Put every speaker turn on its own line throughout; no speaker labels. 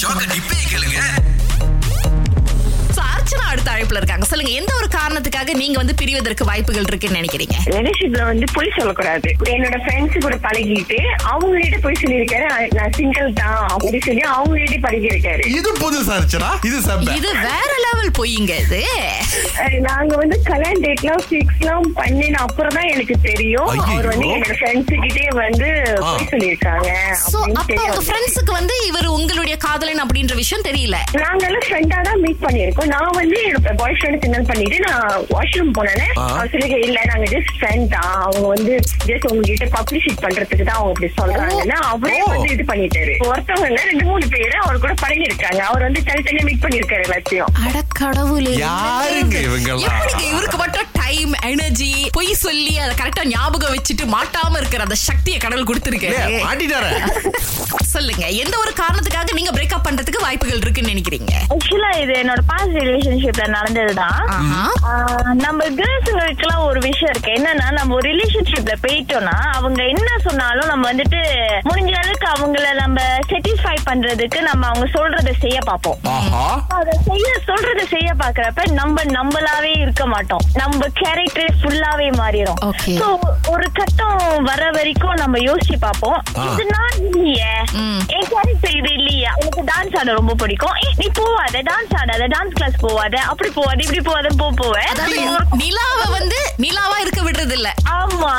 ஷாக்க டிப்பே கேளுங்க
So, அர்ச்சனா அடுத்த அழைப்புல இருக்காங்க சொல்லுங்க எந்த ஒரு காரணத்துக்காக நீங்க வந்து பிரிவதற்கு வாய்ப்புகள் இருக்குன்னு நினைக்கிறீங்க
ரிலேஷன்ல வந்து பொய் சொல்லக்கூடாது என்னோட ஃப்ரெண்ட்ஸ் கூட பழகிட்டு அவங்ககிட்ட போய் சொல்லியிருக்காரு "I- நான் சிங்கிள் தான் அப்படி சொல்லி அவங்ககிட்ட பழகியிருக்காரு
இது புதுசா இருந்துச்சுடா இது செம்ம
இது வேற லெவல் பொய்யுங்க இது
அஹ் நாங்க வந்து கல்யாண டேட்லாம் ஃபிக்ஸ் எல்லாம் பண்ணின அப்புறம் தான் எனக்கு தெரியும்
ஐயையோ.
அவர் வந்து என்னோட ஃப்ரெண்ட்ஸ் கிட்டே வந்து
ஆ.
போய் சொல்லியிருக்காங்க
சோ
அப்படின்னு
அப்ப
தெரிய
உங்க
வந்துச்சு.
ஃப்ரெண்ட்ஸுக்கு வந்து இவர் உங்களுடைய காதலன் அப்படின்ற விஷயம் தெரியல
நாங்கெல்லாம் ஃப்ரெண்டா தான் மீட் பண்ணியிருக்கோம் நான் வந்து என்னோட பாய் ஃப்ரெண்ட் சிக்னல் பண்ணிட்டு நான் வாஷ்ரூம் போனேன்
ஆ.
அவர் சொல்லிக்க இல்ல நாங்க ஜஸ்ட் ஃப்ரெண்ட் தான் அவங்க வந்து ஜஸ்ட் உங்ககிட்ட பப்ளிஷிட் பண்றதுக்கு தான் அவங்க இப்படி சொல்றாங்கன்னா அவரே
ஓ.
வந்து இது பண்ணிட்டாரு ஒருத்தவங்க இல்ல ரெண்டு மூணு பேரு அவர் கூட பழகிருக்காங்க அவர் வந்து தனித்தனியா மீட் பண்ணிருக்காரு எல்லாத்தையும்
அட கடவுளே
யாருங்க இவங்கெல்லாம்?
எப்படிங்க இவருக்கு மட்டும் டைம் எனர்ஜி பொய் சொல்லி அதை கரெக்டா ஞாபகம் வச்சுட்டு மாட்டாம இருக்கிற அந்த சக்தியை கடவுள்
இல்லையா?
கொடுத்திருக்காரு
மாட்டிட்டாரே.
சொல்லுங்க எந்த ஒரு காரணத்துக்காக நீங்க பிரேக்அப் பண்றதுக்கு வாய்ப்புகள் இருக்குன்னு நினைக்கிறீங்க
ஆக்சுவலா இது என்னோட பாஸ்ட் ரிலேஷன்ஷிப்ல நடந்ததுதான்
ஆஹா.
ஆஹ் நம்ம கேர்ள்ஸுங்களுக்குலாம் ஒரு விஷயம் இருக்கு என்னன்னா நம்ம ஒரு ரிலேஷன்ஷிப்ல போயிட்டோம்னா அவங்க என்ன சொன்னாலும் நம்ம வந்துட்டு முடிஞ்ச அளவுக்கு அவங்கள நம்ம சாட்டிஸ்ஃபை பண்றதுக்கு நம்ம அவங்க சொல்றத செய்ய பார்ப்போம்
ஆஹா.
அதை செய்ய சொல்றத செய்ய பாக்குறப்ப நம்ம நம்மளாவே இருக்க மாட்டோம் நம்ம கேரக்டர் ஃபுல்லாவே மாறிடும்
Okay.
சோ ஒரு கட்டம் வர வரைக்கும் நம்ம யோசிச்சு பார்ப்போம்
ஆ.
இது நான் இல்லையே
ம்.
என் கேரக்டர் இது இல்லையே எனக்கு டான்ஸ் ஆட ரொம்ப பிடிக்கும் ஏய், நீ போவாத டான்ஸ் ஆடாத டான்ஸ் கிளாஸ் போவாத அப்படி போவாத இப்படி போவாத போ போவ
அதாவது நிலாவை வந்து நிலாவா இருக்க விடுறது இல்ல
ஆமா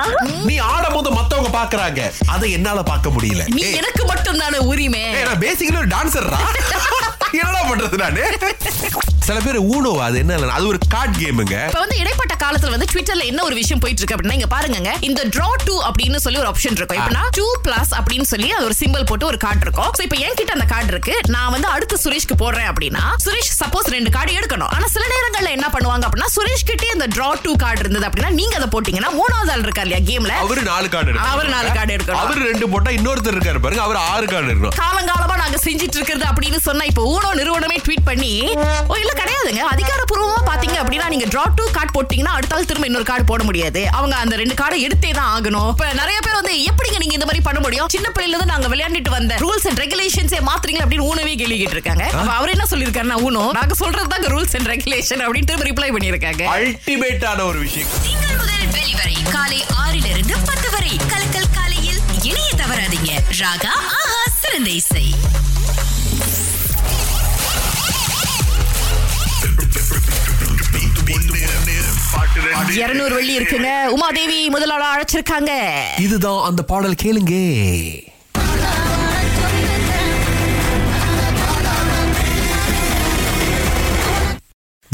நீ ஆடும்போது மத்தவங்க பாக்குறாங்க அதை என்னால பார்க்க முடியல
நீ
ஏய்,
எனக்கு மட்டும் தானே உரிமை
ஏய், நான் பேசிக்கலி ஒரு டான்சர்ரா என்னடா பண்றது நானு சில பேர் ஊனோ அது என்ன இல்ல, அது ஒரு கார்டு கேமுங்க
இப்ப வந்து இடைப்பட்ட காலத்துல வந்து ட்விட்டர்ல என்ன ஒரு விஷயம் போயிட்டு இருக்கு அப்படின்னா இங்க பாருங்க இந்த ட்ரா டூ அப்படின்னு சொல்லி ஒரு ஆப்ஷன் இருக்கும் இப்பனா டூ பிளஸ் அப்படின்னு சொல்லி அது ஒரு சிம்பிள் போட்டு ஒரு கார்டு இருக்கும் சோ இப்போ என்கிட்ட அந்த கார்டு இருக்கு நான் வந்து அடுத்து சுரேஷ்க்கு போடுறேன் அப்படின்னா சுரேஷ் சப்போஸ் ரெண்டு கார்டு எடுக்கணும் ஆனா சில நேரங்கள்ல என்ன பண்ணுவாங்க அப்படின்னா சுரேஷ் கிட்டே இந்த ட்ரா டூ கார்டு இருந்தது அப்படின்னா நீங்க அதை போட்டீங்கன்னா மூணாவது ஆள் இருக்கா இல்லையா கேம்ல
அவரு நாலு கார்டு எடுக்கணும்
அவரு நாலு card எடுக்கணும்.
அவரு ரெண்டு போட்டா இன்னொருத்தர் இருக்காரு பாருங்க அவர் ஆறு கார்டு எடுக்கணும்
காலங்காலமா நாங்க செஞ்சிட்டு இருக்கிறது அப்படின்னு சொன்னா இப்போ ஊனோ நிறுவனமே ட்வீட் பண்ணி ஓ இல்ல கிடையாதுங்க அதிகாரப்பூர்வமா பாத்தீங்க அப்படின்னா நீங்க டிரா டூ கார்டு போட்டீங்கன்னா அடுத்தாள் திரும்ப இன்னொரு கார்டு போட முடியாது அவங்க அந்த ரெண்டு கார்டை எடுத்தே தான் ஆகணும் இப்ப நிறைய பேர் வந்து எப்படிங்க நீங்க இந்த மாதிரி பண்ண முடியும் சின்ன பிள்ளையில இருந்து நாங்க விளையாண்டுட்டு வந்த ரூல்ஸ் அண்ட் ரெகுலேஷன்ஸே மாத்துறீங்க அப்படின்னு ஊனவே கேள்விக்கிட்டு இருக்காங்க அப்ப அவர் என்ன சொல்லியிருக்காருன்னா ஊனோ நாங்க சொல்றது தான் ரூல்ஸ் அண்ட் ரெகுலேஷன் அப்படின்னு திரும்ப ரிப்ளை பண்ணியிருக்காங்க
அல்டிமேட்டான ஒரு விஷயம்
திங்கள் முதல் வெளிவரை காலை ஆறிலிருந்து பத்து வரை கலக்கல் காலையில் இணைய தவறாதீங்க ராகா ஆஹா சிறந்த இசை
இருநூறு வெள்ளி இருக்குங்க உமாதேவி முதலாளா அழைச்சிருக்காங்க
இதுதான் அந்த பாடல் கேளுங்க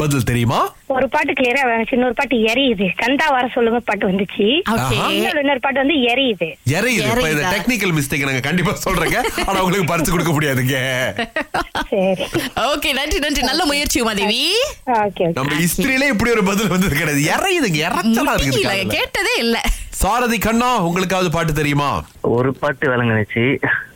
பதில் தெரியுமா
ஒரு பாட்டு கிளியரா வந்துச்சு இன்னொரு பாட்டு எரியுது கந்தா வர சொல்லுங்க பாட்டு வந்துச்சு
ஓகே
இன்னொரு இன்னொரு பாட்டு வந்து எரியுது
இறையுது இப்ப இந்த
இறையுதா?
டெக்னிக்கல் மிஸ்டேக் நாங்க கண்டிப்பா சொல்றேங்க ஆனா உங்களுக்கு பரிசு கொடுக்க முடியாதுங்க
சரி
ஓகே நன்றி நன்றி நல்ல முயற்சி உமாதேவி
ஓகே
நம்ம ஹிஸ்டரியிலே இப்படி ஒரு பதில் வந்தது கிடையாது இறையுதுங்க இறைச்சலா இருக்குது
முடியல
காதுல.
கேட்டதே இல்ல
சாரதி கண்ணா உங்களுக்காவது பாட்டு தெரியுமா
ஒரு பாட்டு விளங்குனுச்சு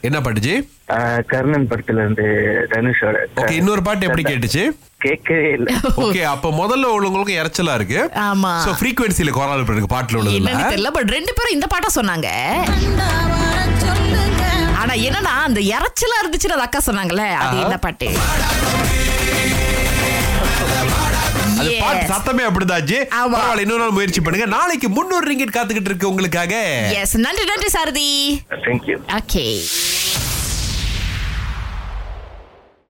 என்ன பாட்டுச்சு
ஆஹ் கர்ணன் படத்துல இருந்து தனுஷோட
ஓகே இன்னொரு பாட்டு எப்படி கேட்டுச்சு
கேட்கவே இல்ல
ஓகே அப்ப முதல்ல உள்ளவங்களுக்கு இறைச்சலா இருக்கு
ஆமா.
சோ ஃப்ரீக்வன்சில குரல் இருக்கு பாட்டுல
என்னன்னு
உள்ளது
தெரியல பட் ரெண்டு பேரும் இந்த பாட்டா சொன்னாங்க ஆனா என்னன்னா அந்த இறைச்சலா இருந்துச்சுன்னு அந்த அக்கா சொன்னாங்கல்ல அது
ஆஹா.
என்ன பாட்டு
அது
Yes.
பாட்டு சத்தமே அப்படிதாச்சு
ஆமா.
பரவாயில்ல இன்னொரு நாள் முயற்சி பண்ணுங்க நாளைக்கு 300 ரிங்கிட் காத்துக்கிட்டு இருக்கு உங்களுக்காக
எஸ் நன்றி நன்றி சாரதி
தேங்க்யூ
ஓகே